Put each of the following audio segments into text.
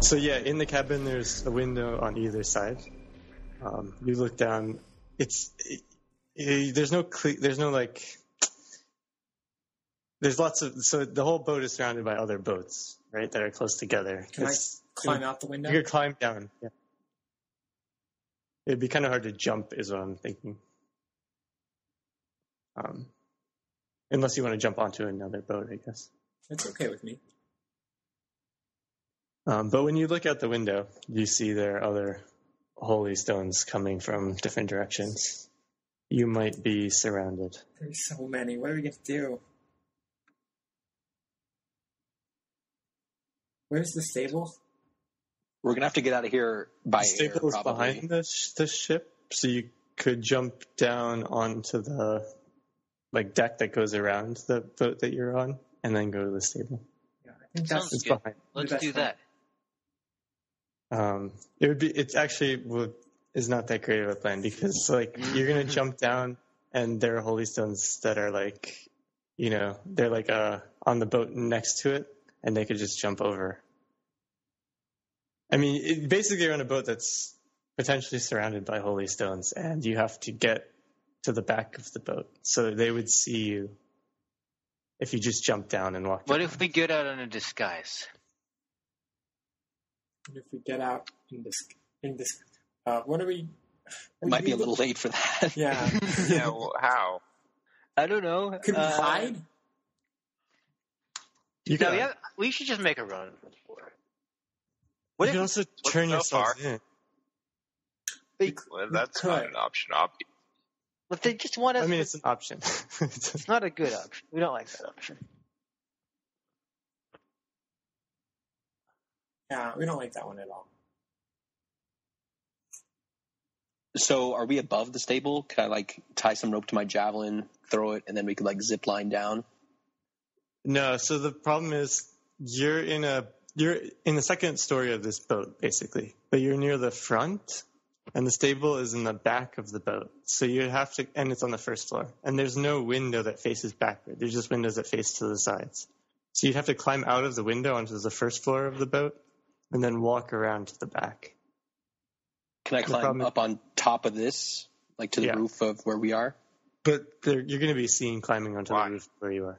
So yeah, in the cabin there's a window on either side. Um, you look down. It's it, it- there's no cle- there's no like there's lots of so the whole boat is surrounded by other boats right that are close together. Can I It's- Climb out the window. You could climb down. Yeah. It'd be kind of hard to jump, is what I'm thinking. Um, unless you want to jump onto another boat, I guess. It's okay with me. Um, but when you look out the window, you see there are other holy stones coming from different directions. You might be surrounded. There's so many. What are we gonna do? Where's the stable? We're gonna have to get out of here by The staple air, is probably. behind the, sh- the ship, so you could jump down onto the like deck that goes around the boat that you're on, and then go to the stable. Yeah, I think Sounds that's It's good. behind. Let's That's do fine. that. Um, it would be. It's actually would, is not that great of a plan because like you're gonna jump down and there are holy stones that are like, you know, they're like uh on the boat next to it and they could just jump over. I mean, it, basically you're on a boat that's potentially surrounded by holy stones and you have to get to the back of the boat so they would see you if you just jumped down and walked. What up. if we get out on a disguise? And if we get out in this, in this, uh, what are we? Might be a little late for that. Yeah. yeah, well, how? I don't know. Could we Uh, hide? you No, could- yeah, we should just make a run. you What if could also turn so yourself far? in. Well, that's not an option. Ob- But they just want us. I mean, it's an option. It's- it's not a good option. We don't like that option. Yeah, we don't like that one at all. So are we above the stable? Could I like tie some rope to my javelin, throw it, and then we could like zip line down? no, so the problem is you're in a you're in the second story of this boat basically, but you're near the front, and the stable is in the back of the boat. So you'd have to, and it's on the first floor, and there's no window that faces backward. There's just windows that face to the sides. So you'd have to climb out of the window onto the first floor of the boat, and then walk around to the back. Can I The climb problem- up on top of this, like to the Yeah. roof of where we are? But there, you're going to be seen climbing onto Why? the roof where you are.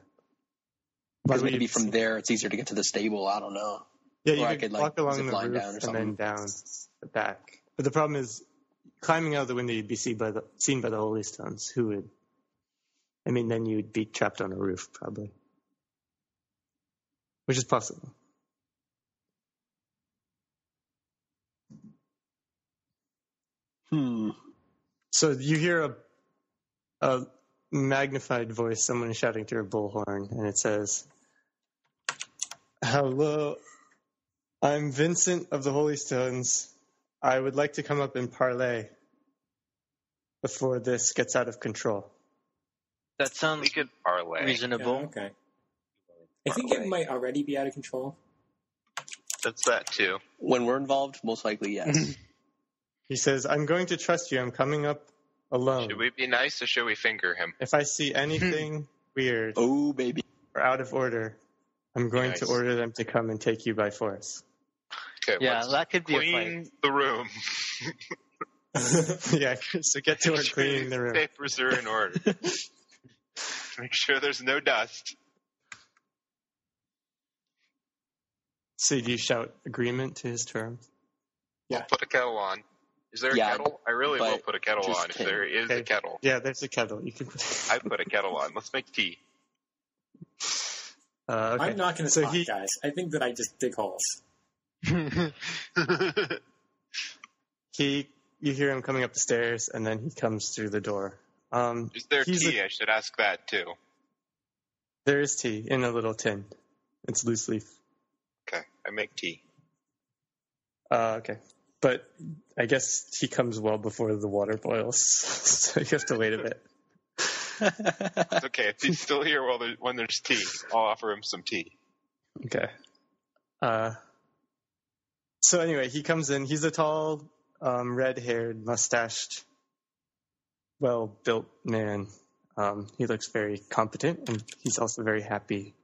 Because Why would maybe you from see- there it's easier to get to the stable. I don't know. Yeah, you Or I could, could, like, walk along zip the line roof down or and then something. down the back. But the problem is, climbing out of the window, you'd be seen by the seen by the holy stones. Who would? I mean, then you'd be trapped on a roof probably, which is possible. Hmm. So you hear a a magnified voice. Someone is shouting through a bullhorn, and it says, "Hello, I'm Vincent of the Holy Stones. I would like to come up and parlay before this gets out of control." That we sounds could parlay. Yeah, reasonable. okay. I think it might already be out of control. That's that too. When we're involved, most likely yes. He says, "I'm going to trust you. I'm coming up alone. Should we be nice or should we finger him? If I see anything weird oh baby. or out of order, I'm going to Nice. order them to come and take you by force." Okay, Yeah, let's that could be a fight. clean the room. yeah, so get to work cleaning the room. Papers are in order. Make sure there's no dust. So do you shout agreement to his terms? Put a kettle on. Is there a Yeah, kettle? I really but will put a kettle just on if kidding. there is Okay. a kettle. Yeah, there's a kettle. You can. I put a kettle on. Let's make tea. Uh, okay. I'm not going to So talk, he- guys. I think that I just dig holes. He, you hear him coming up the stairs, and then he comes through the door. Um, Is there He's tea? I should ask that too. there is tea in a little tin. It's loose leaf. Okay, I make tea. Uh, okay, but I guess he comes well before the water boils, so you have to wait a bit. It's okay. If he's still here while there, when there's tea, I'll offer him some tea. Okay. Uh, so anyway, he comes in. He's a tall, um, red-haired, mustached, well-built man. Um, he looks very competent, and he's also very happy.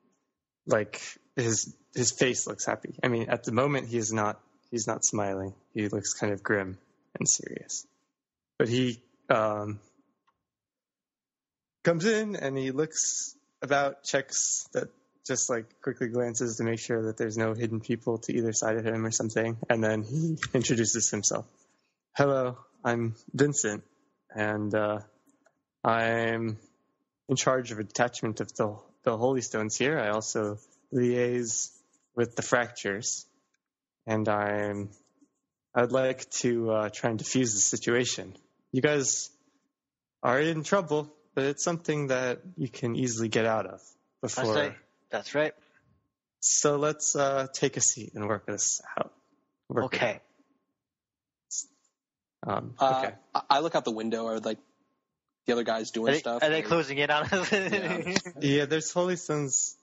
Like his his face looks happy. I mean, at the moment he is not he's not smiling. He looks kind of grim and serious. But he um, comes in and he looks about, checks that just like quickly glances to make sure that there's no hidden people to either side of him or something, and then he introduces himself. Hello, I'm Vincent, and uh, I'm in charge of a detachment of the the Holy Stones here. I also liaise with the fractures, and I'm I'd like to uh, try and defuse the situation. You guys are in trouble, but it's something that you can easily get out of before. say- That's right. So let's uh, take a seat and work this out. Work it Okay. out. Um, Uh, okay. I, I look out the window. I would like the other guys doing Are they, stuff. are they closing in on us? Yeah. Yeah, there's holy stones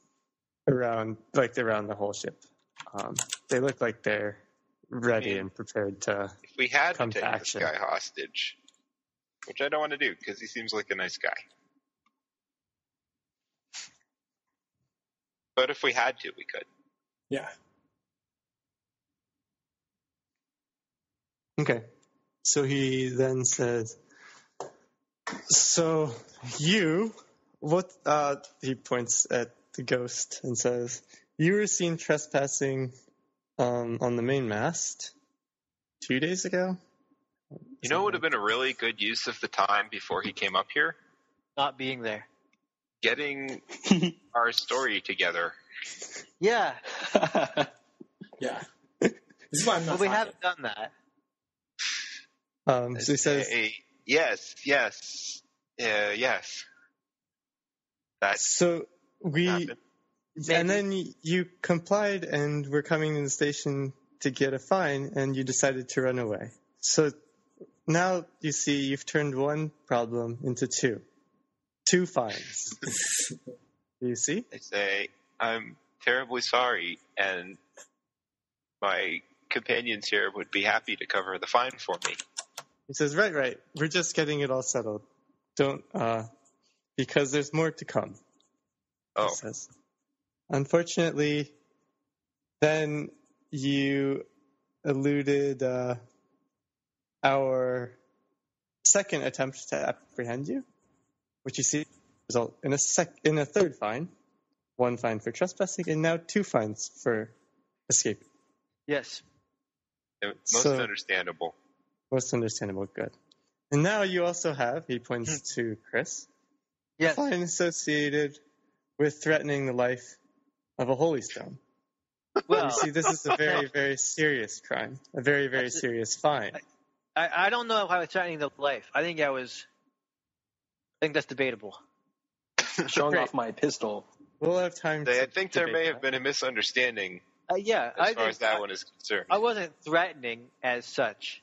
around, like around the whole ship. Um, they look like they're ready Yeah. and prepared to. If we had to Come to take this action. guy hostage, which I don't want to do because he seems like a nice guy. But if we had to, we could. Yeah. Okay. So he then says, "So you, what?" Uh, he points at the ghost and says, "You were seen trespassing um, on the main mast two days ago." You know, it would have been a really good use of the time before he came up here? Not being there. Getting our story together. Yeah. Yeah. This is why I'm Well, not. we talking. haven't done that. Um, so he says, Hey, yes, yes, uh, yes. That "So we." happened. And then y- you complied, and were coming in the station to get a fine, and you decided to run away. So now you see you've turned one problem into two, two fines. Do you see? I say, I'm terribly sorry, and my companions here would be happy to cover the fine for me. He says, "Right, right. We're just getting it all settled. Don't, uh, because there's more to come." Oh, he says. Unfortunately, then you eluded uh, our second attempt to apprehend you, which you see result in a sec in a third fine, one fine for trespassing, and now two fines for escape. Yes. most so- understandable. Most understandable. Good. And now you also have. He points to Chris. Yes. fine associated with threatening the life of a holy stone. Well, You see, this is a very, very serious crime, a very, very That's it. serious fine. I, I don't know if I was threatening the life. I think I was. I think that's debatable. showing Great. off my pistol. We'll have time. They, to I think there debate may have been a misunderstanding Uh, yeah. as I far think as that I, one is concerned. I wasn't threatening as such.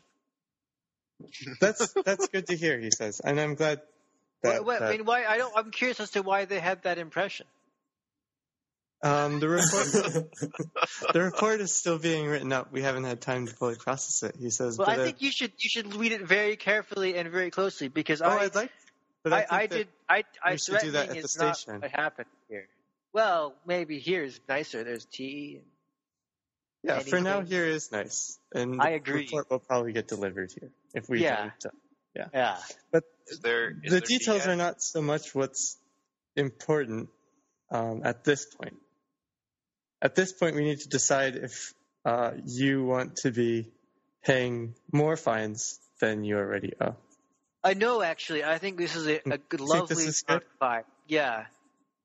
that. That's that's good to hear. He says, and I'm glad that, Wait, wait, I that- mean, why? I don't. I'm curious as to why they had that impression. um, the report the report is still being written up. We haven't had time to fully process it. He says, Well, but uh, I think you should you should read it very carefully and very closely because oh, I I'd like. But I, think I that- did I I we should do that threatening at the is not station. what happened here. Well, maybe here is nicer. There's tea. Yeah, for now anything. here is nice, and I the agree. report will probably get delivered here if we. uh, Yeah. haven't done- Yeah. Is there, is the there details BS? are not so much what's important um, at this point. At this point, we need to decide if uh, you want to be paying more fines than you already owe. I know. Actually, I think this is a, a good, think this lovely is good? vibe. Yeah.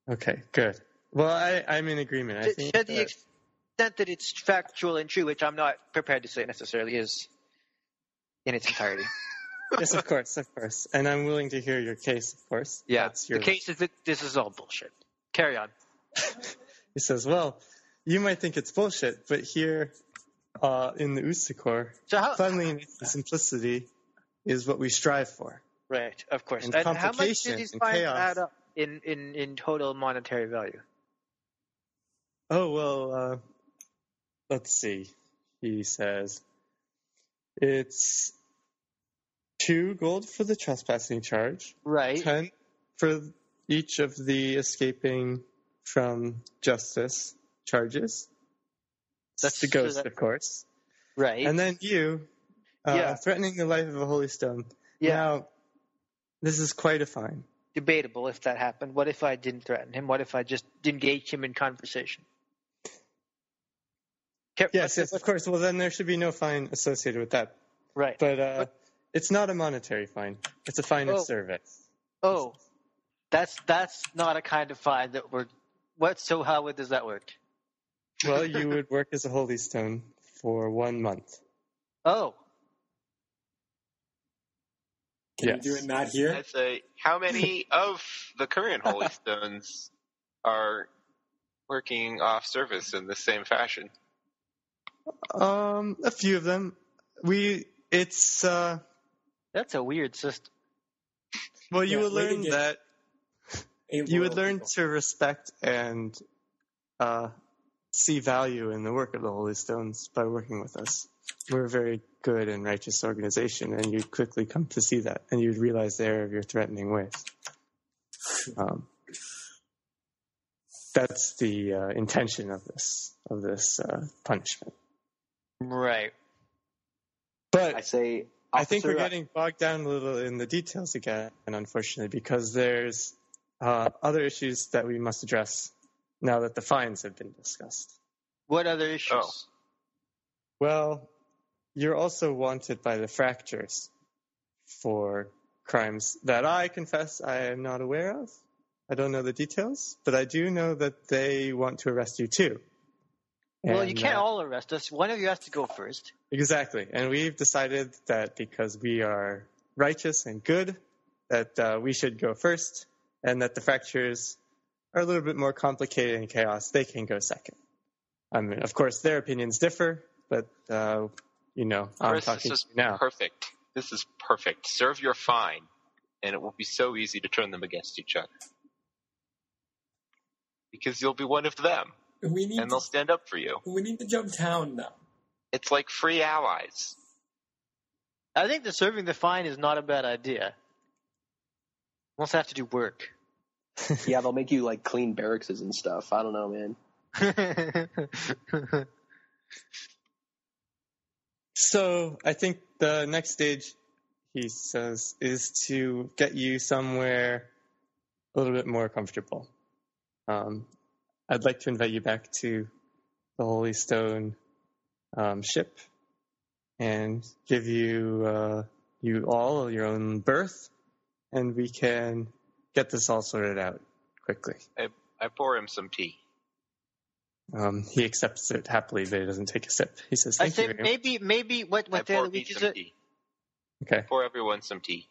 Okay, good. Well, I, I'm in agreement. I To, think to the that- extent that it's factual and true, which I'm not prepared to say necessarily is in its entirety. yes, of course, of course. And I'm willing to hear your case, of course. Yeah. That's your The case is that this is all bullshit. Carry on. He says, well, you might think it's bullshit, but here uh, in the Usakor, So how? cleanliness and simplicity is what we strive for. Right, of course. And And, how much do complications these and fines chaos. add up in, in, in total monetary value? Oh, well, uh, let's see. He says, it's two gold for the trespassing charge, Right. ten for each of the escaping from justice, charges. That's- That's the ghost, so that- of course. Right. And then you, uh, Yeah. threatening the life of a holy stone. yeah. Now, this is quite a fine. Debatable if that happened. What if I didn't threaten him? What if I just engaged him in conversation? Kept- Yes, yes, of course. Well, then there should be no fine associated with that. Right. But uh, it's not a monetary fine. It's a fine Oh. of service. Oh, that's that's not a kind of fine that we're. What? So how would does that work? Well, you would work as a holy stone for one month. Oh, Can Yes. you do it not here? I'd say, how many of the current Holy Stones are working off service in the same fashion? Um, a few of them. We it's uh, that's a weird system. well, you Yeah, would way to learn get- that you would Amoral learn people. to respect and uh, see value in the work of the Holy Stones by working with us. We're a very good and righteous organization, and you'd quickly come to see that, and you'd realize the error of your threatening ways. Um, that's the uh, intention of this of this uh, punishment. Right. But I say, I think we're "Officer, uh, getting bogged down a little in the details again, unfortunately, because there's uh, other issues that we must address now that the fines have been discussed. What other issues? Oh. Well, you're also wanted by the fractures for crimes that I confess I am not aware of. I don't know the details, but I do know that they want to arrest you too. Well, And, you can't uh, all arrest us. One of you has to go first. Exactly. And we've decided that because we are righteous and good, that uh, we should go first, and that the fractures are a little bit more complicated and chaos. They can go second. I mean, of course, their opinions differ, but, uh, you know, I'm Chris, talking this to is you now. perfect. This is perfect. Serve your fine, and it will be so easy to turn them against each other. Because you'll be one of them, We need and they'll stand up for you. to, we need to jump town now. It's like free allies. I think the serving the fine is not a bad idea. We also have to do work. yeah, they'll make you like clean barracks and stuff. I don't know, man. That's So I think the next stage, he says, is to get you somewhere a little bit more comfortable. Um, I'd like to invite you back to the Holy Stone um, ship and give you uh, you all your own berth, and we can get this all sorted out quickly. I pour him some tea. Um, he accepts it happily, but he doesn't take a sip. He says, I "Thank you." very said much." maybe maybe what I what day of pour the me week is some it? tea. Okay, Pour everyone some tea.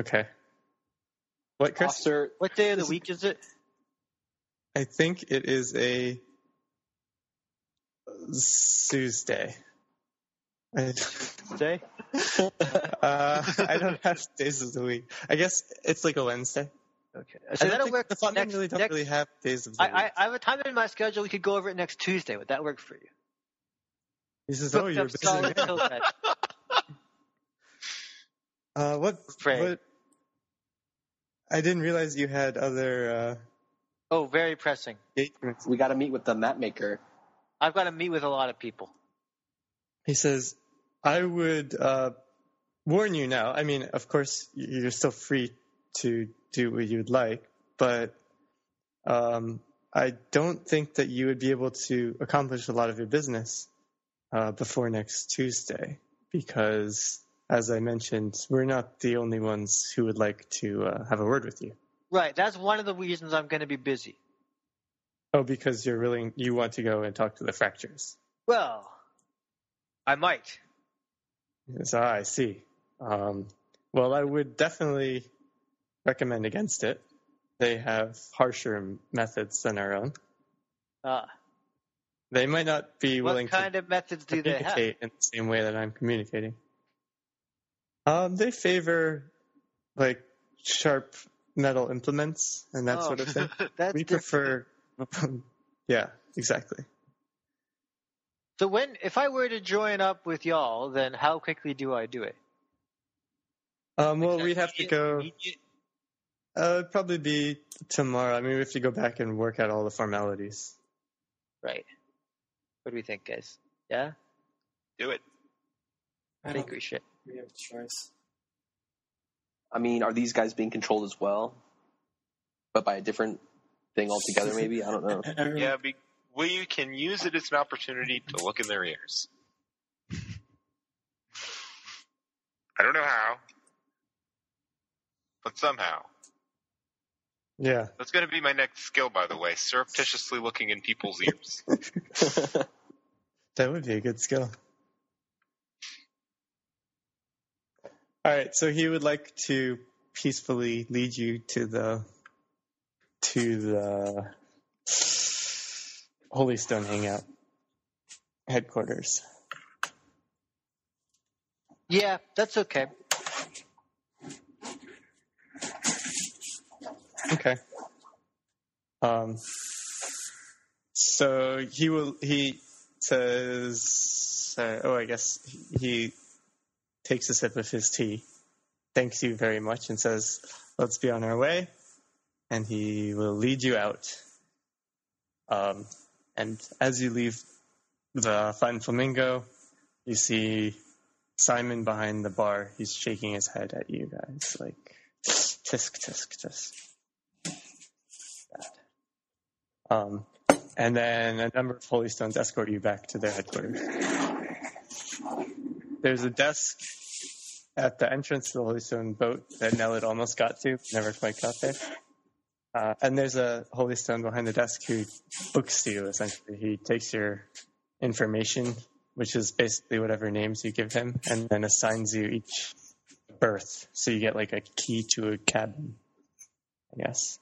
okay. What, Chris? Officer, What day of the Is it- week is it? I think it is a Tuesday. I, Today? uh, I don't have days of the week. I guess it's like a Wednesday. Okay. So I don't that'll think- work. The fund next, really don't next- really have days of the I, week. I, I have a time in my schedule. We could go over it next Tuesday. Would that work for you? he says, Booked "Oh, you're up busy." solid man. till then. Uh, what? Pray. What? I didn't realize you had other uh, Oh, very pressing. engagements. we got to meet with the map maker. I've got to meet with a lot of people. He says, "I would uh, warn you now. I mean, of course, y- you're still free to do what you'd like, but um, I don't think that you would be able to accomplish a lot of your business uh, before next Tuesday, because, as I mentioned, we're not the only ones who would like to uh, have a word with you. Right. That's one of the reasons I'm going to be busy. Oh, because you're willing, you want to go and talk to the fractures. Well, I might. Yes, ah, I see. Um, well, I would definitely recommend against it. They have harsher m- methods than our own. Uh, They might not be willing what kind to of methods do they have? communicate in the same way that I'm communicating. Um, they favor like sharp metal implements and that Oh. sort of thing. That's we different. prefer, yeah, exactly. So when, if I were to join up with y'all, then how quickly do I do it? Um, well, we'd have to go. Immediate- Uh, it'd probably be tomorrow. I mean, we have to go back and work out all the formalities. right. What do we think, guys? Yeah? Do it. I don't Bakery think shit. we have a choice. I mean, are these guys being controlled as well, but by a different thing altogether? Maybe I don't know. Everyone- Yeah, be- we can use it as an opportunity to look in their ears. I don't know how, but somehow. Yeah. That's going to be my next skill, by the way surreptitiously looking in people's ears. That would be a good skill. All right, so he would like to peacefully lead you to the to the Holy Stone Hangout headquarters. Yeah, that's okay. Okay. Um, so he will. He says, uh, "Oh, I guess he- he takes a sip of his tea, thanks you very much, and says, "Let's be on our way." And he will lead you out. Um, and as you leave the Fun Flamingo, you see Simon behind the bar. He's shaking his head at you guys, like tisk tisk tisk. Um, and then a number of Holy Stones escort you back to their headquarters. There's a desk at the entrance to the Holy Stone boat that Nell had almost got to, but never quite got there. Uh, and there's a Holy Stone behind the desk who books you, essentially. He takes your information, which is basically whatever names you give him, and then assigns you each berth. So you get like a key to a cabin, I guess.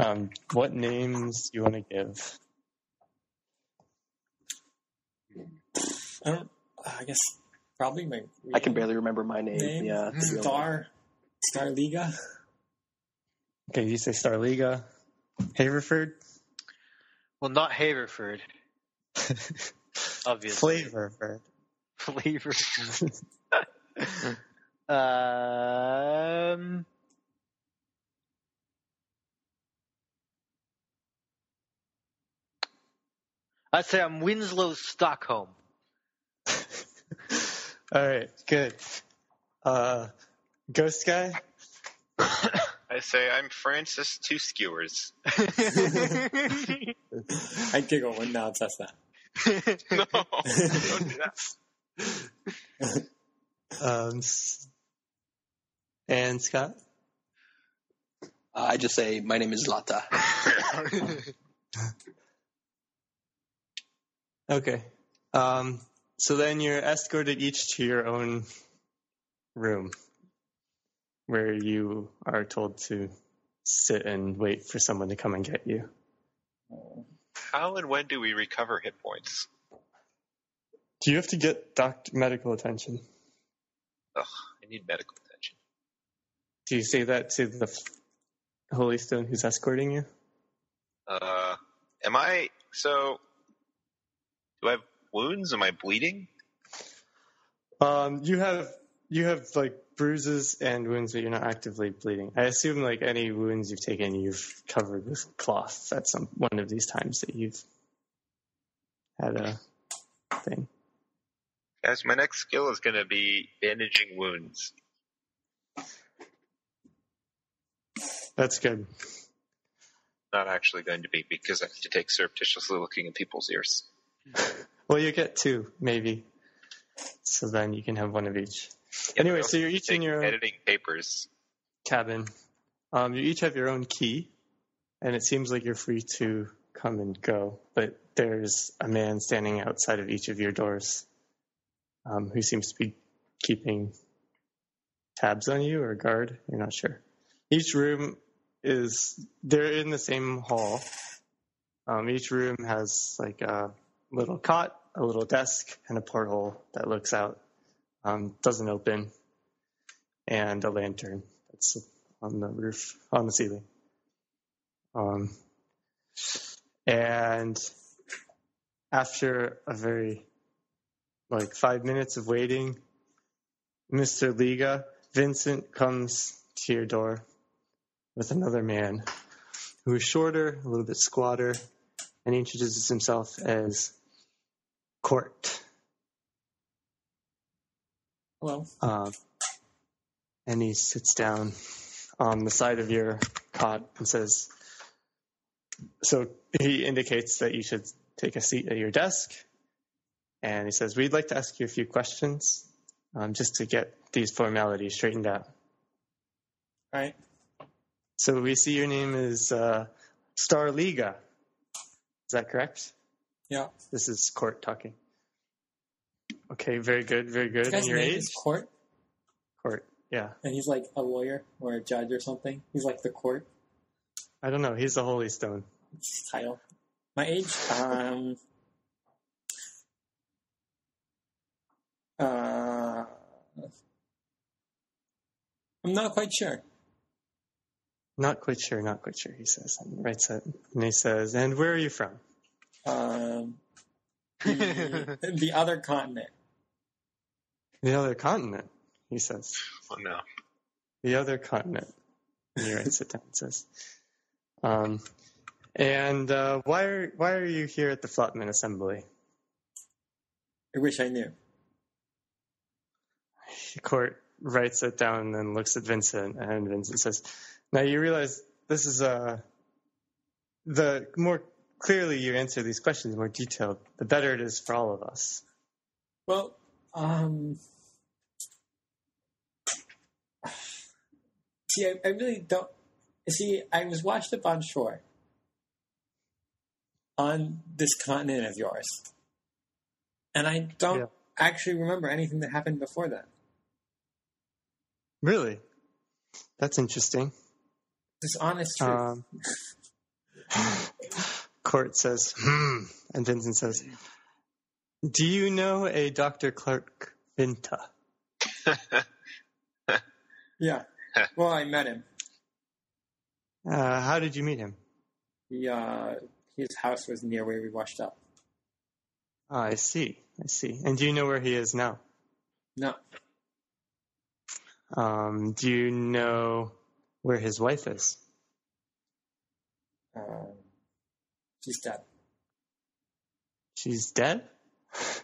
Um, what names do you want to give? I don't. I guess probably my. I can barely remember my name. name. Yeah, to be honest. Star. Star Liga. Okay, you say Starliga, Haverford, Well, not Haverford, obviously. Flavorford. Flavor. um. I'd say I'm Winslow Stockholm. All right, good. Uh, Ghost Guy, I say, I'm Francis Two Skewers. I giggle when Nell says that. No, don't do that. um, S- and Scott. Uh, I just say my name is Lata. Okay. Um, so then you're escorted each to your own room where you are told to sit and wait for someone to come and get you. How and when do we recover hit points? Do you have to get doc- medical attention? I need medical attention. Do you say that to the f- Holy Stone who's escorting you? Uh, am I. So. Do I have wounds? Am I bleeding? Um, you have you have like bruises and wounds, but you're not actively bleeding. I assume like any wounds you've taken, you've covered with cloth at some one of these times that you've had a thing. Guys, my next skill is going to be bandaging wounds. That's good. Not actually going to be because I have to take surreptitiously looking in people's ears. Well, you get two maybe, so then you can have one of each. Yeah, anyway, but so you're each in take your own editing papers. cabin. Um, you each have your own key, and it seems like you're free to come and go. But there's a man standing outside of each of your doors um, who seems to be keeping tabs on you or a guard. You're not sure. Each room is, they're in the same hall. Um, each room has like a little cot, a little desk, and a porthole that looks out. Um, doesn't open, and a lantern that's on the roof, on the ceiling. Um, and after a very, like, five minutes of waiting, Mr. Liga, Vincent comes to your door with another man who is shorter, a little bit squatter, and he introduces himself as Court. Hello. Uh, and he sits down on the side of your cot and says, So he indicates that you should take a seat at your desk. And he says, We'd like to ask you a few questions um, just to get these formalities straightened out. All right. So we see your name is uh, Starliga. Is that correct? Yeah. This is Court talking. Okay, very good, very good. This And guy's your name age? is Court, Court, yeah. and he's like a lawyer or a judge or something. He's like the court I don't know. He's the Holy Stone. It's his title. My age? Um. Uh, I'm not quite sure. Not quite sure, not quite sure, he says. And writes it. And he says, And where are you from? Um, the, the other continent. The other continent, he says. Oh no. The other continent. And he writes it down and says, um, And uh, why, are, why are you here at the Flotman Assembly? I wish I knew. Court writes it down and looks at Vincent, and Vincent says, "Now you realize this is uh, the more clearly you answer these questions, the more detailed, the better it is for all of us." Well, um, see, I, I really don't. See, I was washed up on shore on this continent of yours, and I don't Yeah. actually remember anything that happened before that. Really, that's interesting. It's honest Um, truth. Court says, "Hmm," and Vincent says, "Do you know a Doctor Clark Vinta?" yeah. well, I met him. Uh, how did you meet him? He, uh, his house was near where we washed up. Ah, I see, I see. And do you know where he is now? No, Um, do you know where his wife is? um, she's dead. She's dead?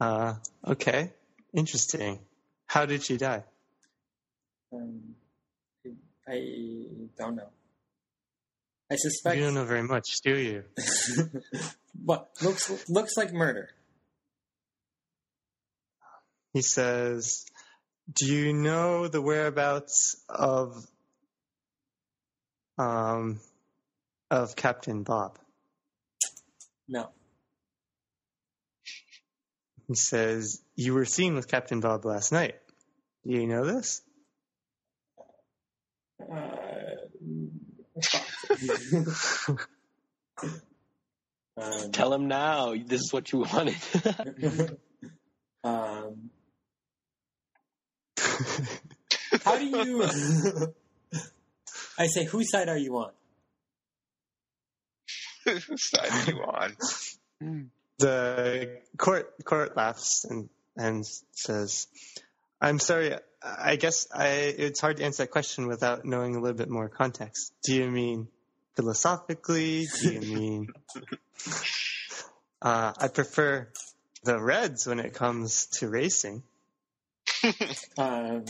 Uh, okay. Interesting. How did she die? Um, I don't know. I You don't suspect, know very much, do you? but looks looks like murder. He says, Do you know the whereabouts of um of Captain Bob? No, He says, You were seen with Captain Bob last night. Do you know this? uh, um, Tell him now. This is what you wanted. um, how do you? I say, whose side are you on? Whose side are you on? the court court laughs and and says, "I'm sorry. I guess I it's hard to answer that question without knowing a little bit more context. Do you mean philosophically? Do you mean uh, I prefer the Reds when it comes to racing? Um,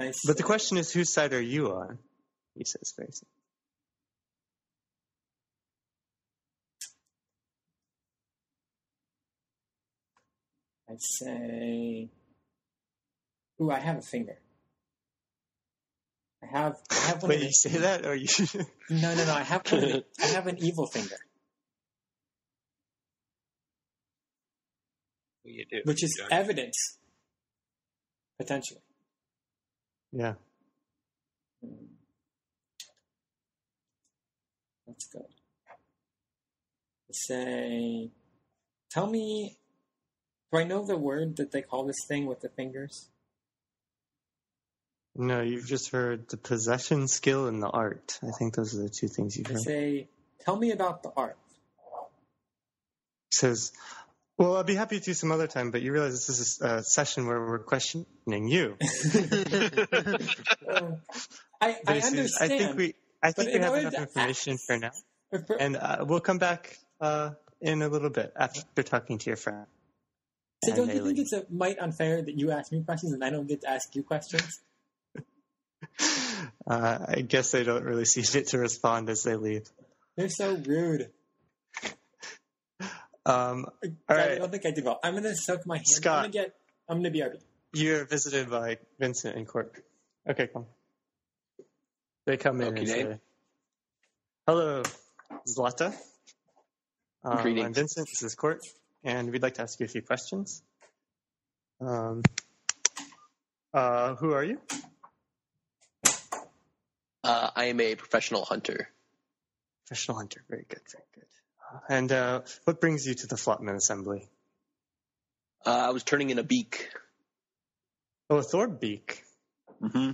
I But the say- question is, whose side are you on?" He says, very simply. I say, ooh, I have a finger. I have, I have one. Wait, of you the- say that, or you? No, no, no. I have, one of the- I have an evil finger, You do. which is You don't. evidence, potentially. yeah. That's good. I say, tell me, do I know the word that they call this thing with the fingers? No, you've just heard the possession skill and the art. I think those are the two things you've I heard. say, tell me about the art. says, "Well, I'll be happy to some other time, but you realize this is a uh, session where we're questioning you." Uh, I, I This is- understand. I think we I think But we in have order enough to information for now, But for- and uh, we'll come back uh, in a little bit after talking to your friend. so and don't you Haley. think it's a mite unfair that you ask me questions and I don't get to ask you questions? Uh, I guess they don't really see fit to respond as they leave. They're so rude. Um, all God, I right, don't think I did well. I'm gonna soak my hand. Scott. I'm gonna get. I'm gonna be RB. you're visited by Vincent and Cork. Okay, come. They come in and Okay. say, "Hello, Zlata. Um, I'm Greetings. Vincent. This is Court, and we'd like to ask you a few questions. Um, uh, who are you? Uh, I am a professional hunter. Professional hunter. Very good. Very good. Uh, and uh, what brings you to the Flotman Assembly? Uh, I was turning in a beak. Oh, a Thorbeak. Mm-hmm.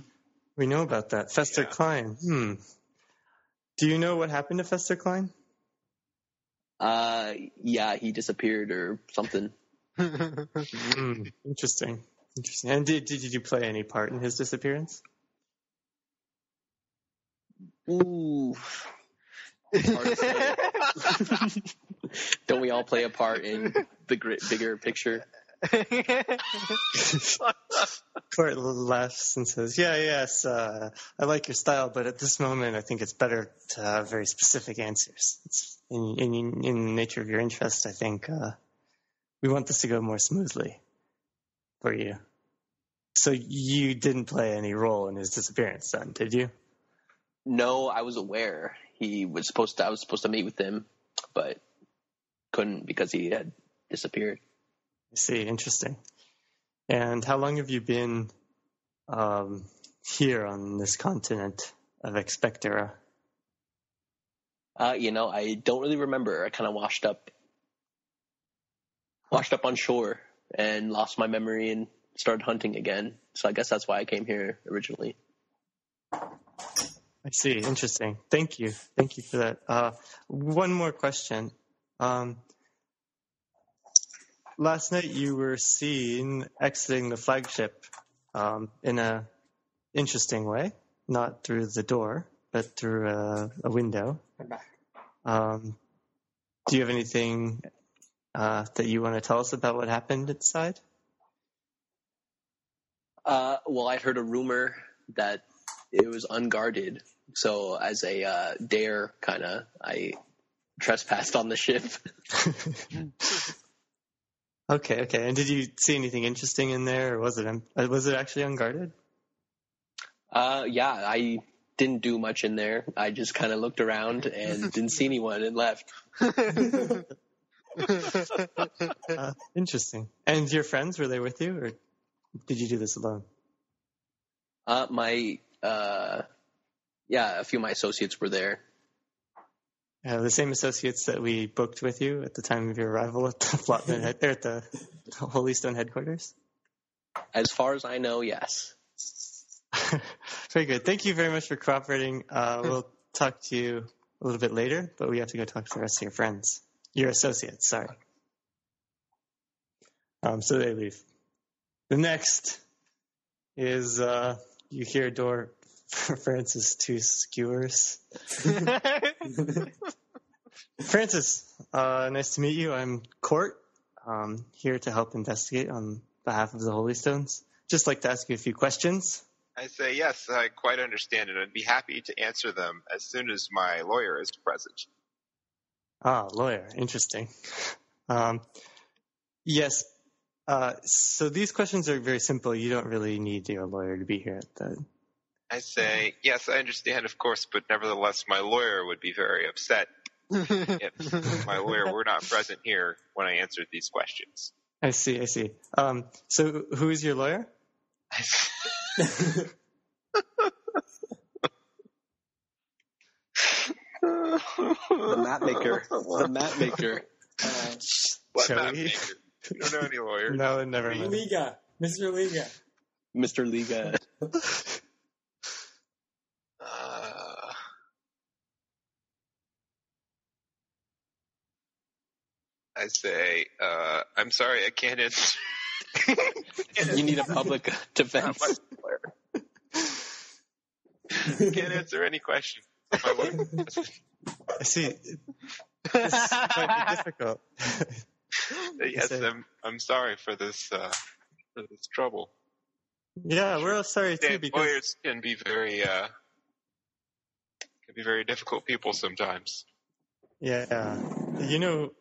We know about that. Fester Yeah. Klein. Hmm. Do you know what happened to Fester Klein? Uh, yeah, he disappeared or something. Hmm. Interesting. Interesting. And did, did you play any part in his disappearance? Ooh. hard to say. Don't we all play a part in the gr- bigger picture? Court laughs and says, Yeah, yes, uh, I like your style, but at this moment, I think it's better to have very specific answers. It's in, in, in the nature of your interest, I think uh, we want this to go more smoothly for you. So you didn't play any role in his disappearance, then, did you? No, I was aware he was supposed to. I was supposed to meet with him, but couldn't because he had disappeared. I see. Interesting. And how long have you been um, here on this continent of Expectora? Uh, you know, I don't really remember. I kind of washed up, washed up on shore, and lost my memory and started hunting again. So I guess that's why I came here originally. I see. Interesting. Thank you. Thank you for that. Uh, one more question. Um, last night you were seen exiting the flagship um, in a interesting way, not through the door, but through a, a window. I'm back. Um, do you have anything uh, that you want to tell us about what happened inside? Uh, well, I heard a rumor that it was unguarded. So as a uh, dare, kind of, I trespassed on the ship. okay, okay. And did you see anything interesting in there, or was it um, uh, was it actually unguarded? Uh, yeah, I didn't do much in there. I just kind of looked around and didn't see anyone and left. Uh, interesting. And your friends were they with you, or did you do this alone? Uh, my uh, yeah, a few of my associates were there. Uh, the same associates that we booked with you at the time of your arrival at the Flotman head, or at the Holy Stone headquarters. As far as I know, yes. very good. Thank you very much for cooperating. Uh, we'll talk to you a little bit later, but we have to go talk to the rest of your friends, your associates. Sorry. Um, so they leave. The next is uh, you hear a door for Francis two skewers. Francis, uh, nice to meet you. I'm Court, um, here to help investigate on behalf of the Holy Stones. Just like to ask you a few questions. I say, yes, I quite understand it. I'd be happy to answer them as soon as my lawyer is present. Ah, lawyer. Interesting. Um, yes. Uh, so these questions are very simple. You don't really need your lawyer to be here at the. I say, Mm-hmm. yes, I understand, of course, but nevertheless, my lawyer would be very upset if my lawyer were not present here when I answered these questions. I see. I see. Um, so who is your lawyer? The map maker, the map maker. Uh, What Shall map we? maker? You don't know any lawyer. No, never mind. Uh, Liga, Mr. Liga. Mr. Liga. Uh, I say, uh, I'm sorry, I can't answer. You need a public defense. can't answer any question. My lawyer. See, this might be difficult. yes, Yes, I- I'm. I'm sorry for this. Uh, for this trouble. yeah, we're all sorry Yeah, too because lawyers can be very. Uh, can be very difficult people sometimes. yeah, you know,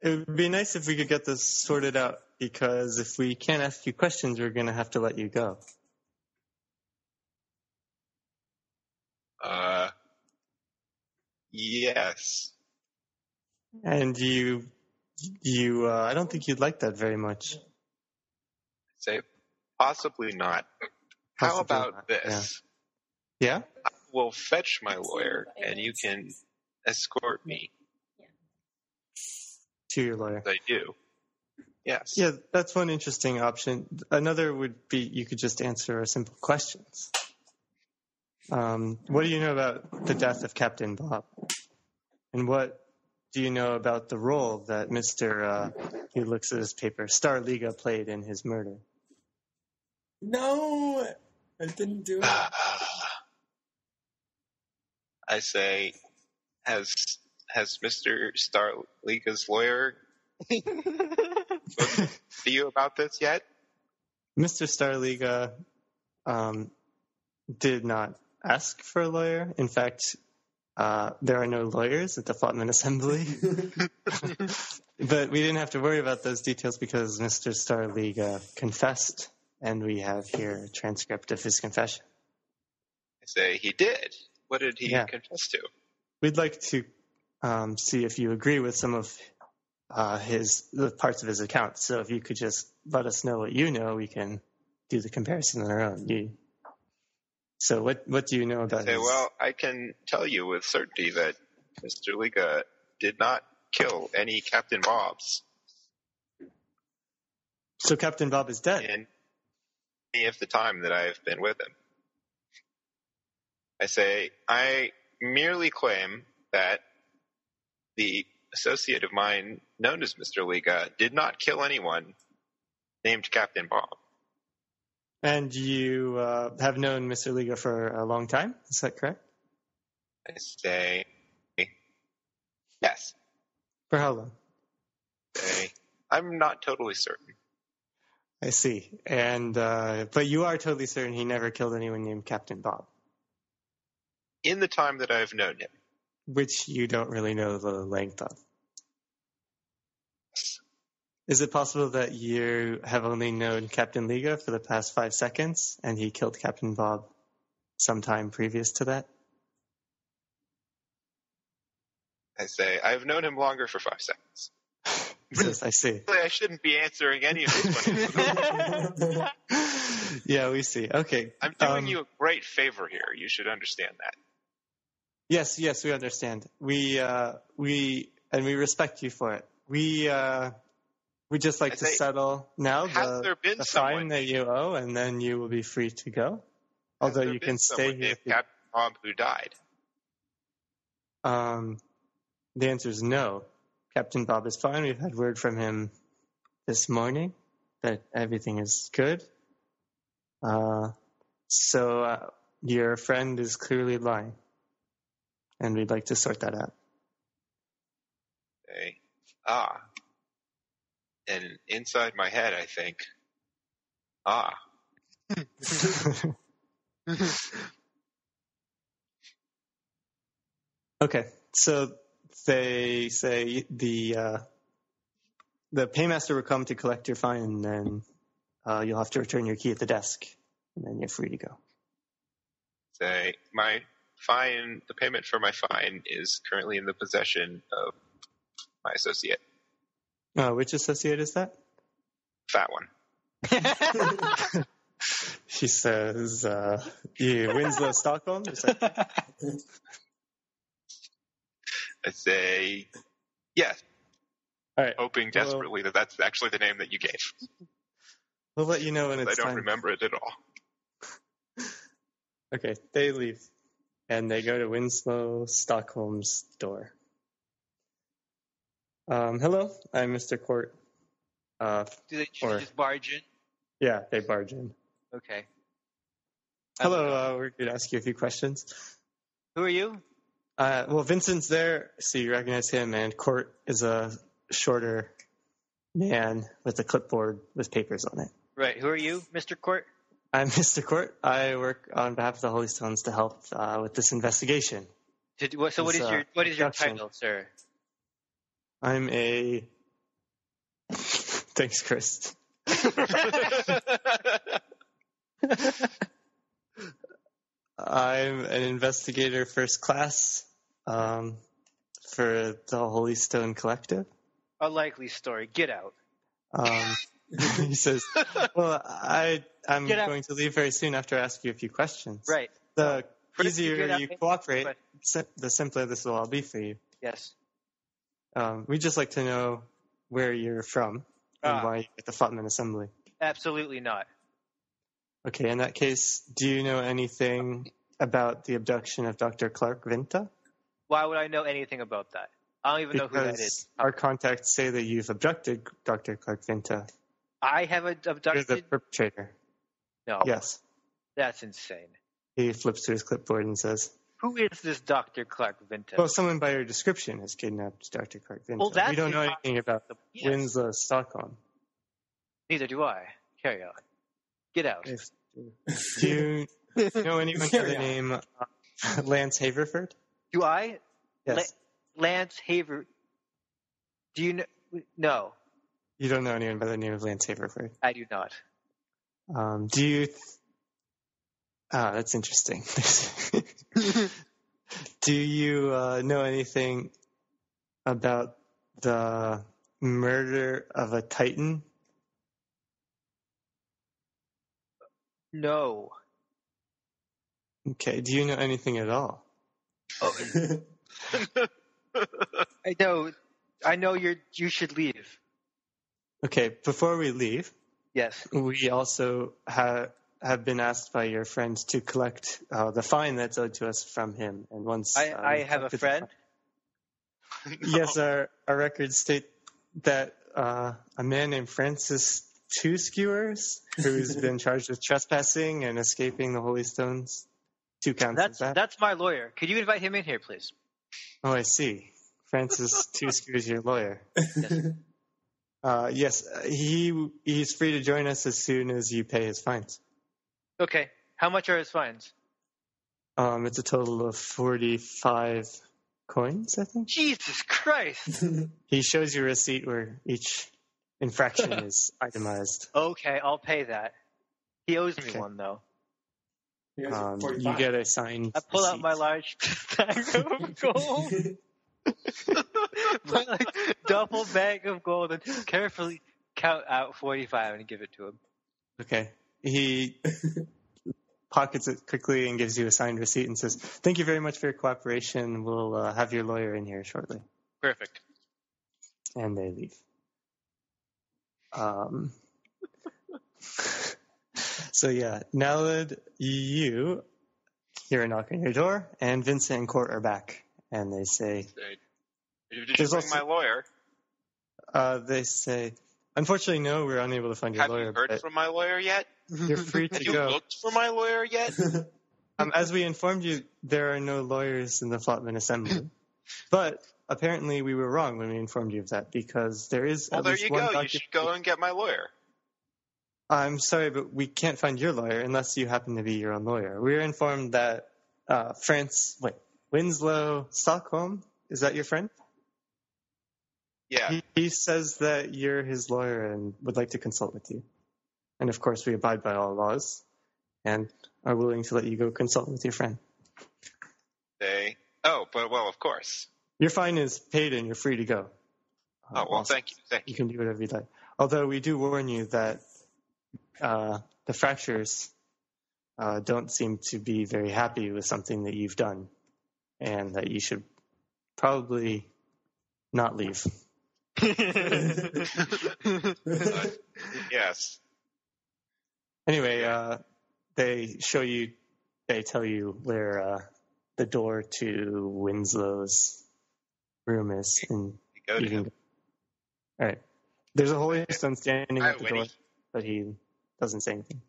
it would be nice if we could get this sorted out because if we can't ask you questions, we're gonna have to let you go. Uh, yes. And you, you, uh, I don't think you'd like that very much. Say, possibly not. How Possibly about not, this? Yeah, We'll fetch my lawyer, and you can escort me. to your lawyer. as I do. Yes. Yeah, that's one interesting option. Another would be you could just answer our simple questions. Um, what do you know about the death of Captain Bob? And what do you know about the role that Mr. Uh, he looks at his paper, Starliga played in his murder? No, I didn't do it. I say, has has Mister Starliga's lawyer spoken to you about this yet? Mr. Starliga um, did not ask for a lawyer. In fact, uh, there are no lawyers at the Flotman Assembly. but we didn't have to worry about those details because Mr. Starliga confessed, and we have here a transcript of his confession. I say he did. What did he Yeah. confess to? We'd like to um, see if you agree with some of uh, his the parts of his account. So if you could just let us know what you know, we can do the comparison on our own. You, so what what do you know I about say, his? well, I can tell you with certainty that Mister Liga did not kill any Captain Bobs so Captain Bob is dead. in any of the time that I've been with him. I say, I merely claim that the associate of mine, known as Mr. Liga, did not kill anyone named Captain Bob. And you uh, have known Mr. Liga for a long time. Is that correct? I say, yes. For how long? I say, I'm not totally certain. I see. And uh, but you are totally certain he never killed anyone named Captain Bob, In the time that I've known him, which you don't really know the length of. Is it possible that you have only known Captain Liga for the past five seconds, and he killed Captain Bob sometime previous to that? I say, I've known him longer for five seconds. Yes, I see. Really, I shouldn't be answering any of these questions. yeah, we see. Okay. I'm doing um, you a great favor here. You should understand that. Yes, yes, we understand. We uh, we and we respect you for it. We uh, we just like I to say, settle now has there Oh, the, been the someone fine that you owe, and then you will be free to go. Has Although there you been can someone stay here. named Captain Bob who died. if- Um, the answer is no. Captain Bob is fine. We've had word from him this morning that everything is good. Uh, so uh, your friend is clearly lying, and we'd like to sort that out. Okay. Ah. And inside my head, I think, ah, Okay, so they say the uh, the paymaster will come to collect your fine, and then uh, you'll have to return your key at the desk, and then you're free to go. say, my fine, the payment for my fine is currently in the possession of my associate. Uh, which associate is that? Fat one. She says, uh, "You Winslow Stockholm." It's like, I say, yes, All right, hoping Well- desperately that that's actually the name that you gave. we'll let you know when I it's don't time. remember it at all. Okay, they leave, and they go to Winslow Stockholm's door. Um, hello, I'm Mr. Court. Uh, Do they Or- just barge in? yeah, they barge in. Okay. Um, Hello, uh, we're going to ask you a few questions. Who are you? Uh, well, Vincent's there, so you recognize him, and Court is a shorter man with a clipboard with papers on it. Right. Who are you, Mr. Court? I'm Mr. Court. I work on behalf of the Holy Stones to help uh, with this investigation. To do- what- So what It's, is uh, your what is your abduction. title, sir? I'm a. Thanks, Chris. I'm an investigator first class um, for the Holy Stone Collective. A likely story. Get out. Um, he says, "Well, I I'm Get out. going to leave very soon after I ask you a few questions. Right. The Chris, you get easier out. you cooperate, Right. sim- the simpler this will all be for you. Yes. Um, we'd just like to know where you're from and Ah. why you're at the Futman Assembly. Absolutely not. Okay. In that case, do you know anything about the abduction of Dr. Clark Vinta? Why would I know anything about that? I don't even know who that is. our contacts say that you've abducted Dr. Clark Vinta. I have a You're the abducted. Oh. perpetrator. No, Yes. that's insane. He flips to his clipboard and says, Who is this Doctor Clark Vinta? Well, someone by your description has kidnapped Dr. Clark Vinta. Well, that's we don't know impossible. anything about Yes. Winslow Stockholm. Neither do I. Carry on. Get out. If- do you know anyone by the Yeah. name uh, Lance Haverford? Do I? Yes. Lance Haver. Do you know? No, you don't know anyone by the name of Lance Haverford. I do not. Um, do you? Th- ah, that's interesting. do you uh, know anything about the murder of a Titan? No. Okay. Do you know anything at all? I know. I know you're. You should leave. Okay. Before we leave, Yes. we also ha- have been asked by your friend to collect uh, the fine that's owed to us from him. And once I, uh, I we've have collected a the friend. yes, our, our records state that uh, a man named Francis Two Skewers, who's been charged with trespassing and escaping the Holy Stones, two counts That's of that. that's my lawyer. Could you invite him in here, please? Oh, I see. Francis Two Skewers, your lawyer. Yes. Uh, yes, uh, he he's free to join us as soon as you pay his fines. Okay. How much are his fines? Um, it's a total of forty-five coins, I think. Jesus Christ. He shows you a receipt where each infraction is itemized. Okay, I'll pay that. He owes me Okay. one though. You guys are Um, you 45. get a signed. I pull out receipt. my large stack of gold, my like, double bag of gold, and carefully count out forty-five and give it to him. Okay. He pockets it quickly and gives you a signed receipt and says, "Thank you very much for your cooperation. We'll uh, have your lawyer in here shortly." Perfect. And they leave. Um. so yeah, Nalad, you hear a knock on your door, and Vincent and Court are back, and they say, Did you There's bring also- my lawyer? uh, "They say, unfortunately, no, we're unable to find your Have lawyer, you heard but from my lawyer yet? you're free Have to you go." looked for my lawyer yet? Um, as we informed you, there are no lawyers in the Flotman Assembly. but apparently, we were wrong when we informed you of that because there is. Well, at there least you one go. You document- should go and get my lawyer. I'm sorry, but we can't find your lawyer unless you happen to be your own lawyer. We were informed that uh, France, wait, Winslow Stockholm, is that your friend? Yeah. He, he says that you're his lawyer and would like to consult with you. And of course, we abide by all laws and are willing to let you go consult with your friend. They. Oh, but well, of course. Your fine is paid and you're free to go. Oh well, thank you, thank You you. can do whatever you'd like. Although we do warn you that uh, the fractures uh, don't seem to be very happy with something that you've done, and that you should probably not leave. Yes. Anyway, uh, they show you, they tell you where uh, the door to Winslow's room is, and You go to you can him. go. All right. There's a holy stone standing Hi, at the door. Winnie. but he doesn't say anything.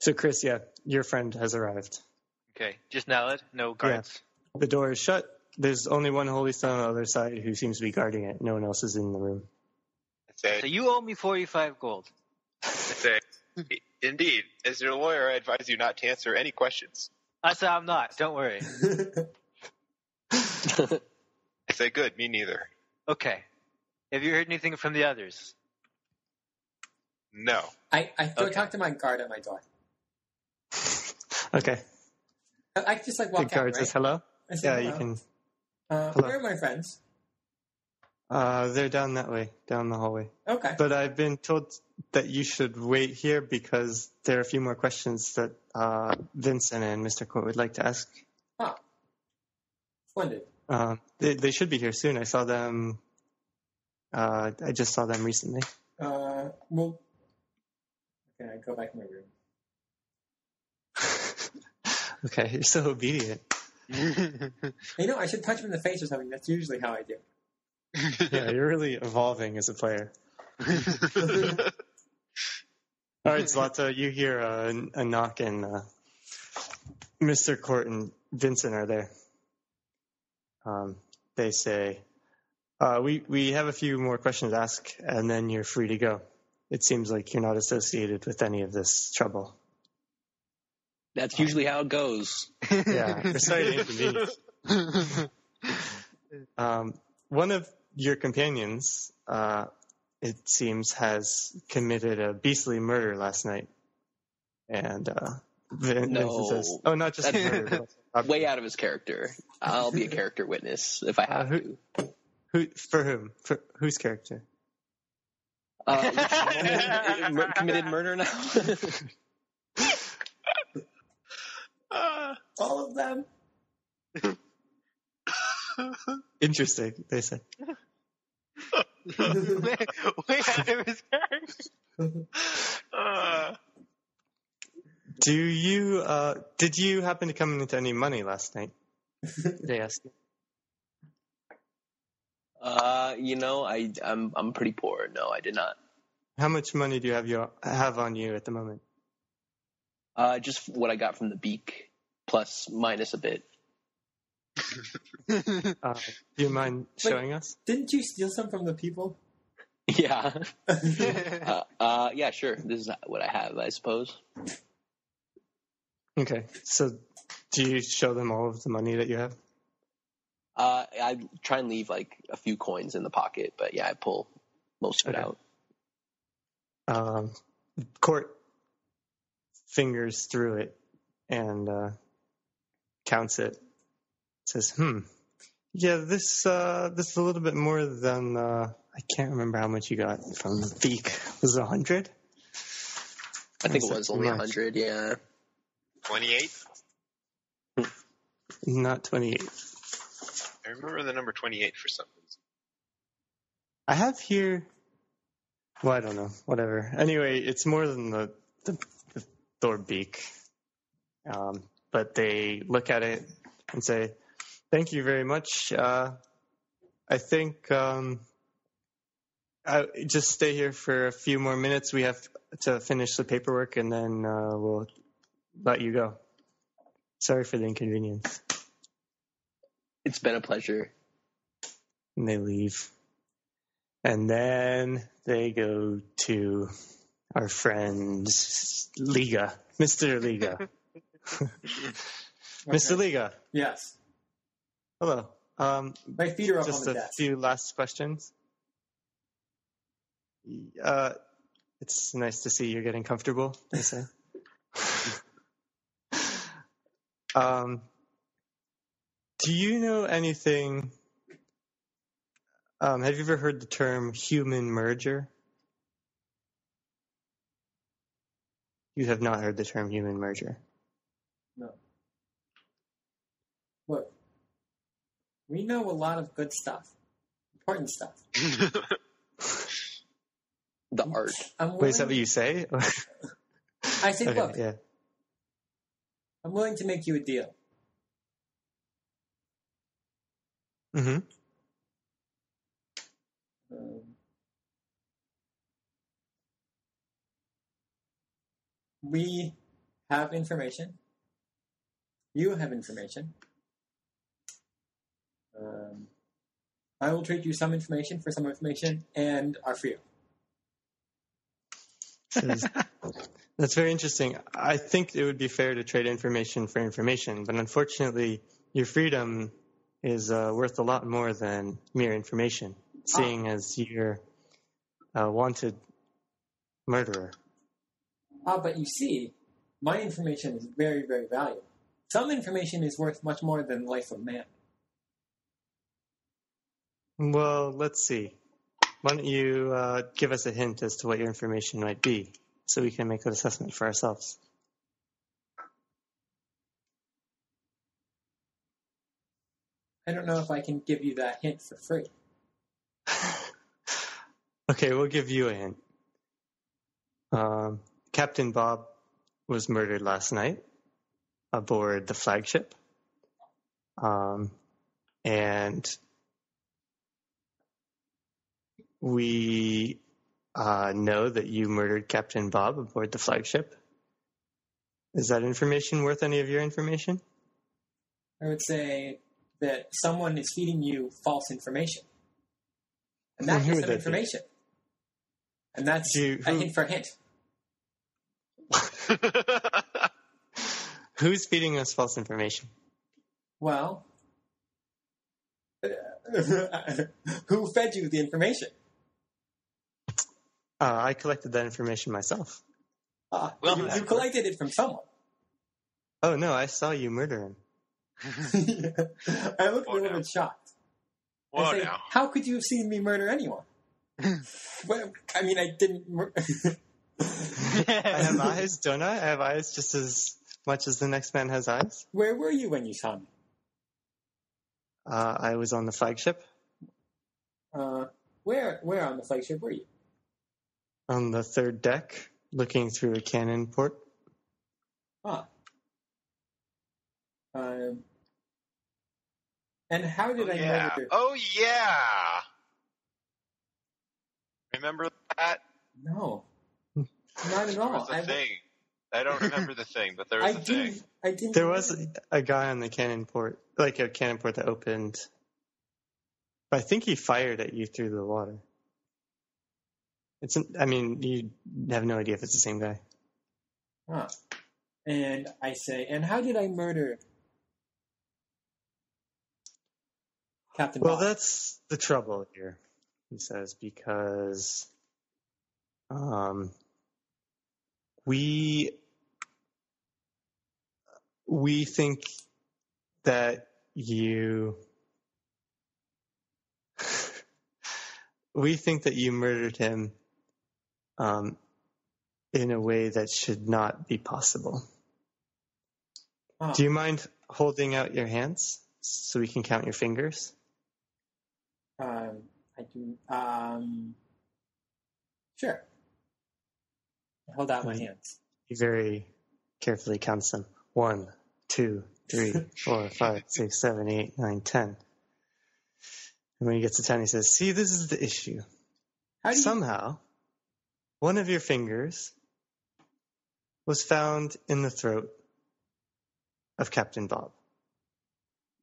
So, Chris, yeah, your friend has arrived. Okay, just now it. No guards. The door is shut. There's only one holy stone on the other side who seems to be guarding it. No one else is in the room. I said, So you owe me forty-five gold. I said, indeed, as your lawyer, I advise you not to answer any questions. I said I'm not. Don't worry. I said, good, me neither. Okay. Have you heard anything from the others? No. I, I go Okay. talk to my guard at my door. Okay. I, I just like The walk out. guard Right? says hello. I say, Yeah, you "Hello." can. Uh, hello. where are my friends? Uh, they're down that way, down the hallway. Okay. But I've been told that you should wait here because there are a few more questions that uh, Vincent and Mr. Court would like to ask. Huh. Splendid. Uh, they, they should be here soon. I saw them. Uh, I just saw them recently. Uh, well, okay, I go back in my room. Okay, you're so obedient. You know, I should punch him in the face or something. That's usually how I do. Yeah, you're really evolving as a player. All right, Zlata, you hear a, a knock, and uh, Mr. Court and Vincent are there. Um, they say, uh, we, we have a few more questions to ask, and then you're free to go. It seems like you're not associated with any of this trouble. That's usually how it goes. Yeah, we're sorry to inconvenience. Um, one of your companions, uh, it seems, has committed a beastly murder last night. And uh, Vin- No. Vincent says, oh, not just That's- murder. but also- Way out of his character. I'll be a character witness if I have Uh, who- to. Who, for whom? For whose character? Uh, which woman mur- uh, committed murder now? Ah. All of them. Interesting, they say. way, way out of his character. Ah. Do you, uh, did you happen to come into any money last night? They asked. you. uh, you know, I I'm I'm pretty poor. No, I did not. How much money do you have, you have on you at the moment? Uh, just what I got from the beak, plus minus a bit. Uh, do you mind showing us? Didn't you steal some from the people? Yeah. uh, uh, yeah, sure. This is what I have, I suppose. Okay, so do you show them all of the money that you have? Uh, I try and leave like a few coins in the pocket, but yeah, I pull most of it Okay. out. um, court fingers through it and uh, counts it. Says, "Hmm, yeah, this uh, this is a little bit more than uh, I can't remember how much you got from the beak. Was it a hundred? I think it That's was too only a much. hundred. Yeah. 28? Not twenty eight. I remember the number 28 for some reason. I have here. Well, I don't know. Whatever. Anyway, it's more than the the, the Thor beak. Um, but they look at it and say, "Thank you very much. Uh, I think um, I just stay here for a few more minutes. We have to finish the paperwork, and then uh, we'll let you go. Sorry for the inconvenience." It's been a pleasure. and they leave. And then they go to our friend Liga, Mr. Liga. Mr. Okay. Liga, Yes. hello. Um, My feet are up on just the a desk. few last questions. Uh, it's nice to see you're getting comfortable, they say. um, do you know anything? Um, have you ever heard the term human merger? You have not heard the term human merger. No. Look, we know a lot of good stuff, important stuff. The art. I'm willing, Wait, is that what you say? I say, okay, look, yeah. I'm willing to make you a deal. hmm Um, we have information. You have information. Um, I will trade you some information for some information and are for you. Says- That's very interesting. I think it would be fair to trade information for information, but unfortunately, your freedom is uh, worth a lot more than mere information, seeing as you're a wanted murderer. Ah, but you see, my information is very, very valuable. Some information is worth much more than the life of man. Well, let's see. Why don't you uh, give us a hint as to what your information might be so we can make an assessment for ourselves? I don't know if I can give you that hint for free. Okay, we'll give you a hint. Um, Captain Bob was murdered last night aboard the flagship. Um, and we uh, know that you murdered Captain Bob aboard the flagship. Is that information worth any of your information? I would say that someone is feeding you false information. And Well, that who is would some that be? information. And that's You- a who- hint for a hint. Who's feeding us false information? Well, who fed you the information? Uh, I collected that information myself. Ah, Well, you, that- you collected it from someone. Oh no, I saw you murder him. I looked a Oh, little no. bit shocked. I Whoa said, now. How could you have seen me murder anyone? well, I mean, I didn't. Mur- I have eyes, don't I? I have eyes just as much as the next man has eyes. Where were you when you saw me? Uh, I was on the flagship, Uh, where, where on the flagship were you? on the third deck, looking through a cannon port. Huh. Um, and how did Oh, I yeah. murder? Oh yeah. Remember that? No, not at There was all. a Oh, I, thing. I don't remember the thing, but there I was a didn't. thing. I didn't. There was a guy on the cannon port, like a cannon port that opened. But I think he fired at you through the water. It's. An, I mean, you have no idea if it's the same guy. Huh. And I say, and how did I murder Captain Well, Bob? that's the trouble here, he says, because um, we we think that you we think that you murdered him um, in a way that should not be possible. Huh. Do you mind holding out your hands so we can count your fingers? Um, I do. Um, sure. I hold out my Mm. hands. He very carefully counts them. One, two, three, four, five, six, seven, eight, nine, ten. And when he gets to ten, he says, "See, this is the issue. How do you? Somehow, one of your fingers was found in the throat of Captain Bob.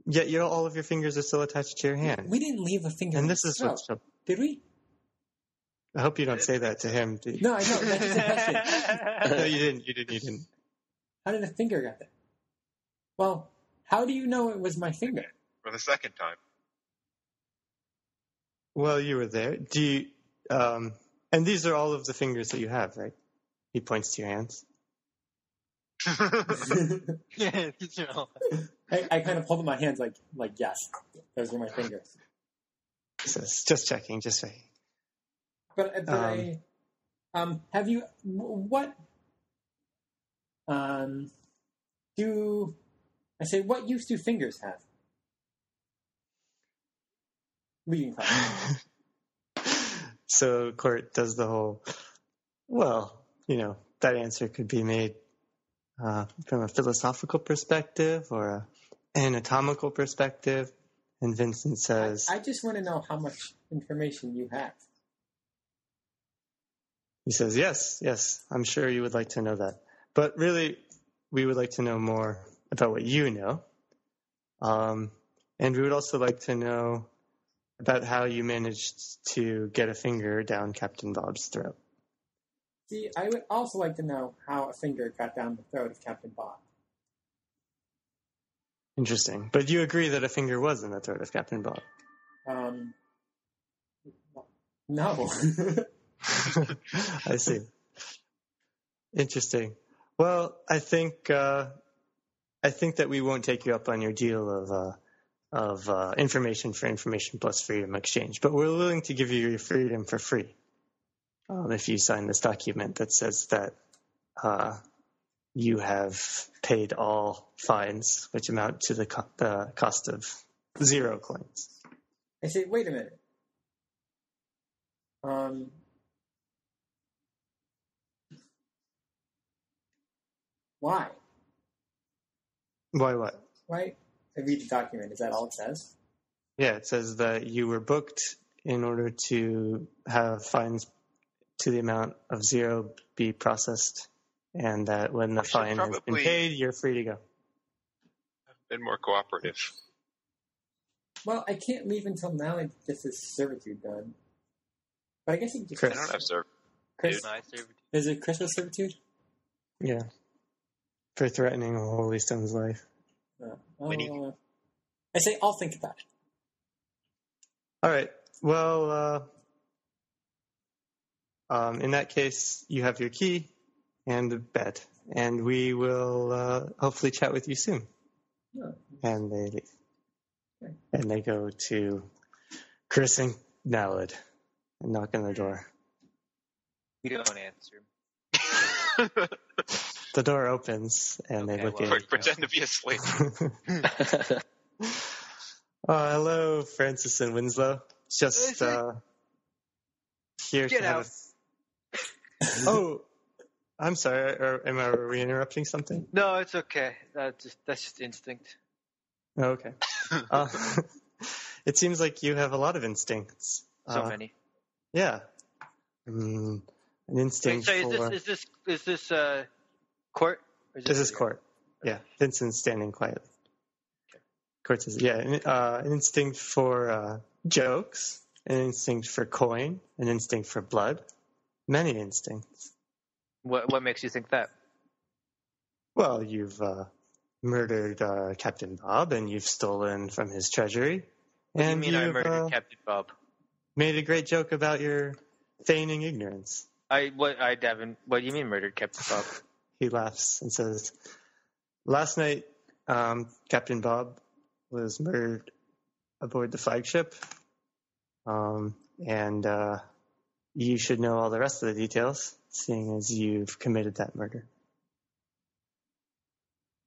Yet, your all of your fingers are still attached to your hand. we didn't leave a finger. in And this his is throat, what's. trouble- Did we? I hope you don't say that to him. Do you? No, I know. That's the question. no, you didn't. You didn't. You didn't. How did a finger get there? Well, how do you know it was my finger? For the second time. Well, you were there. Do you, um, and these are all of the fingers that you have, right? He points to your hands. I, yeah, you know. I kind of pulled up my hands like, like yes, those were my fingers. He says, just checking, just checking. But, uh, but I, um, have you wh- what? Um, do I say what use do fingers have? Leading class. So Court does the whole, well, you know, that answer could be made uh, from a philosophical perspective or a anatomical perspective. And Vincent says, I just want to know how much information you have. He says, Yes, yes, I'm sure you would like to know that. But really, we would like to know more about what you know. Um, and we would also like to know about how you managed to get a finger down Captain Bob's throat. See, I would also like to know how a finger got down the throat of Captain Bob. Interesting. But you agree that a finger was in the throat of Captain Bob. Um, no. I see. Interesting. Well, I think uh, I think that we won't take you up on your deal of uh, of uh, information for information plus freedom exchange, but we're willing to give you your freedom for free um, if you sign this document that says that uh, you have paid all fines, which amount to the co- the cost of zero coins. I say, wait a minute. Um, why? Why what? Why? I read the document. Is that all it says? Yeah, it says that you were booked in order to have fines to the amount of zero be processed, and that when the should fine has been probably- paid, you're free to go. Been more cooperative. Well, I can't leave until now. I get this servitude done. But I guess it I Chris. don't have serv. Chris, Nice. every- is it Christmas servitude? Yeah, for threatening Holy Stone's life. No. Winnie. Uh, I say, I'll think about it. All right. Well, uh, um, in that case, you have your key and the bed, and we will uh, hopefully chat with you soon. No. And they leave. Okay. And they go to Chris and Nalad and knock on the door. We don't answer. The door opens, and they Okay, look well, in. Quick, pretend to be asleep. Uh, hello, Francis and Winslow. Just Hey, uh, here Get to have. a- oh, I'm sorry. Are, am I are we interrupting something? No, it's okay. That's just that's just instinct. Oh, okay. Uh, it seems like you have a lot of instincts. So Uh, many. Yeah. Mm, an Wait, instinct sorry, is for. this is this is this uh court? Or This is court. Yeah, Vincent's standing quietly. Court says, yeah, an, uh, an instinct for uh, jokes, an instinct for coin, an instinct for blood, many instincts. What what makes you think that? Well, you've uh, murdered uh, Captain Bob and you've stolen from his treasury. What do you and mean I you've, murdered uh, Captain Bob? made a great joke about your feigning ignorance. I what I haven't. What do you mean murdered Captain Bob? He laughs and says, Last night, um, Captain Bob was murdered aboard the flagship. Um, and uh, you should know all the rest of the details, seeing as you've committed that murder.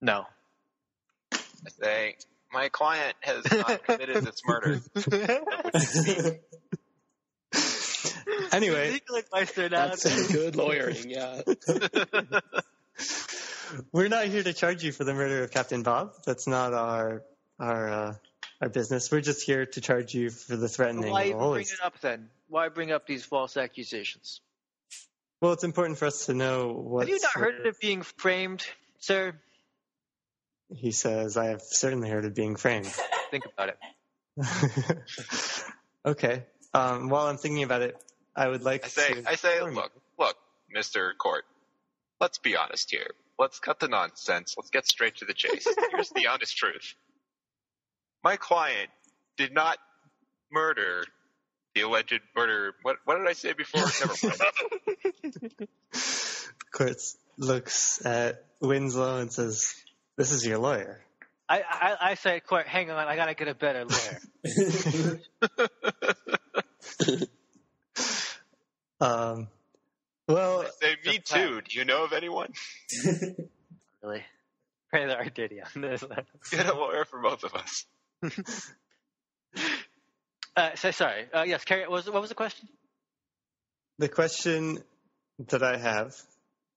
No. I say, my client has not committed this murder. Anyway, Nicholas Meister now. That's some good lawyering, yeah. we're not here to charge you for the murder of Captain Bob. That's not our our uh, our business. We're just here to charge you for the threatening. Why of even Holy bring it up then? Why bring up these false accusations? Well, it's important for us to know what. Have you not sort heard of being framed, sir? He says, "I have certainly heard of being framed." Think about it. okay. Um, while I'm thinking about it, I would like I say, to. I say, inform you. look, look, Mister Court. Let's be honest here. Let's cut the nonsense. Let's get straight to the chase. Here's the honest truth. My client did not murder the alleged murderer. What, what did I say before? Never mind. Kurtz looks at Winslow and says, "This is your lawyer." I, I I say, court, hang on, I gotta get a better lawyer. Um, well, I say, me too. Do you know of anyone? really? Pray there are dirty on this. Get a lawyer for both of us. Uh, so sorry. Uh, yes, carry. What was what was the question? the question that I have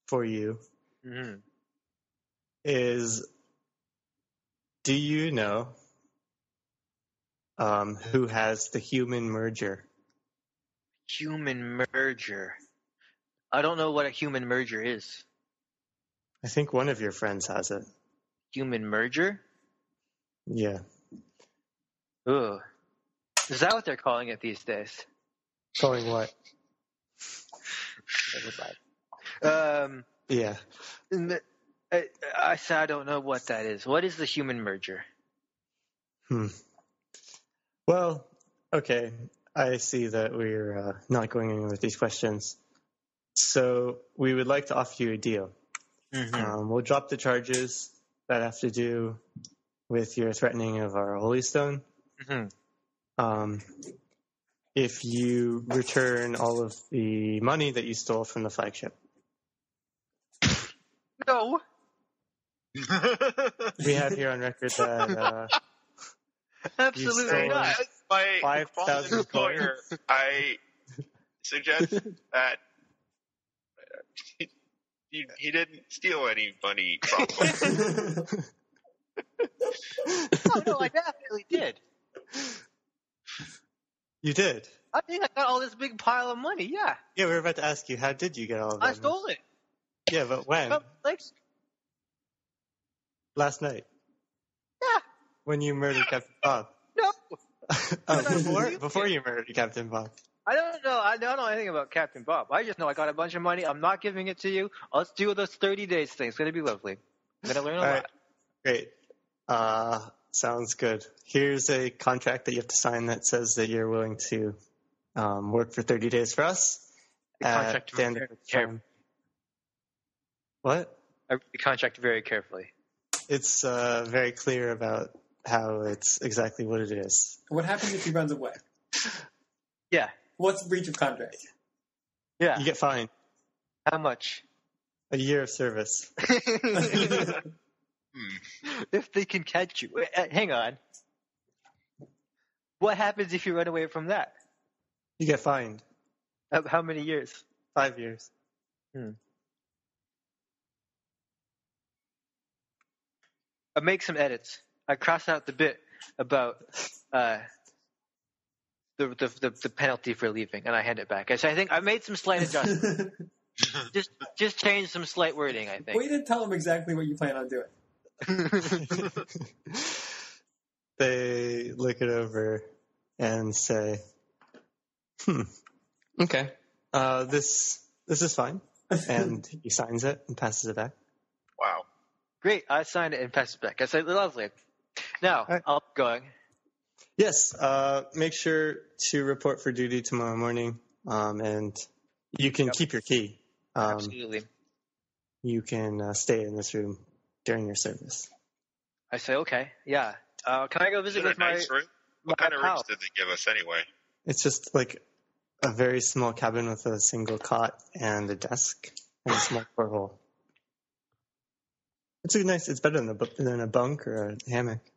for you Mm-hmm. is do you know um, who has the human merger? Human merger. I don't know what a human merger is. I think one of your friends has it. human merger. Yeah. Ugh. Is that what they're calling it these days? Calling what? Um, Yeah. n- I, I said I don't know what that is. What is the human merger? Well, okay. I see that we're uh, not going anywhere with these questions. So we would like to offer you a deal. Um, we'll drop the charges that have to do with your threatening of our holy stone. hmm Um, if you return all of the money that you stole from the flagship, No. we have here on record that uh, Absolutely You not. As my 5,000 qualified lawyer, I suggest that he, he, he didn't steal any money from them. uh, Oh, no, I definitely did. you did. I think I got all this big pile of money. Yeah, Yeah, we were about to ask you how did you get all of that? I stole Oh. it. Yeah, but when? But, like, Last night. Yeah. When you murdered Captain Bob. no, Oh, When I before, believed before it. you murdered Captain Bob. I don't know. I don't know anything about Captain Bob. I just know I got a bunch of money. I'm not giving it to you. Let's do those 30 days thing. It's gonna be lovely. I'm gonna learn a All right. lot. Great. Uh, sounds good. Here's a contract that you have to sign that says that you're willing to um, work for 30 days for us. The at contract the end of very the term. What? I read the contract very carefully. It's uh, very clear about how it's exactly what it is. What happens if he runs away? Yeah. What's breach of contract? Yeah. You get fined How much? a year of service. if they can catch you. Wait, uh, Hang on. What happens if you run away from that? You get fined Uh, How many years? five years. I Uh, make some edits. I cross out the bit about uh, the, the the the penalty for leaving, and I hand it back. I say, I think I made some slight adjustments. well, just just change some slight wording. I you think. didn't tell him exactly what you plan on doing. they look it over and say, "Hmm, okay, uh, this this is fine." And he signs it and passes it back. Wow. Great. I sign it and pass it back. I say, lovely. Now right. I'll keep going. Yes, uh, make sure to report for duty tomorrow morning, um, and you can Yep. keep your key. Um, Absolutely. you can uh, stay in this room during your service. I say, okay, yeah. Uh, can I go Is it visit a with my, nice room? my What kind of rooms pal? did they give us anyway? It's just like a very small cabin with a single cot and a desk and a small porthole. It's a nice. It's better than a bu- than a bunk or a hammock.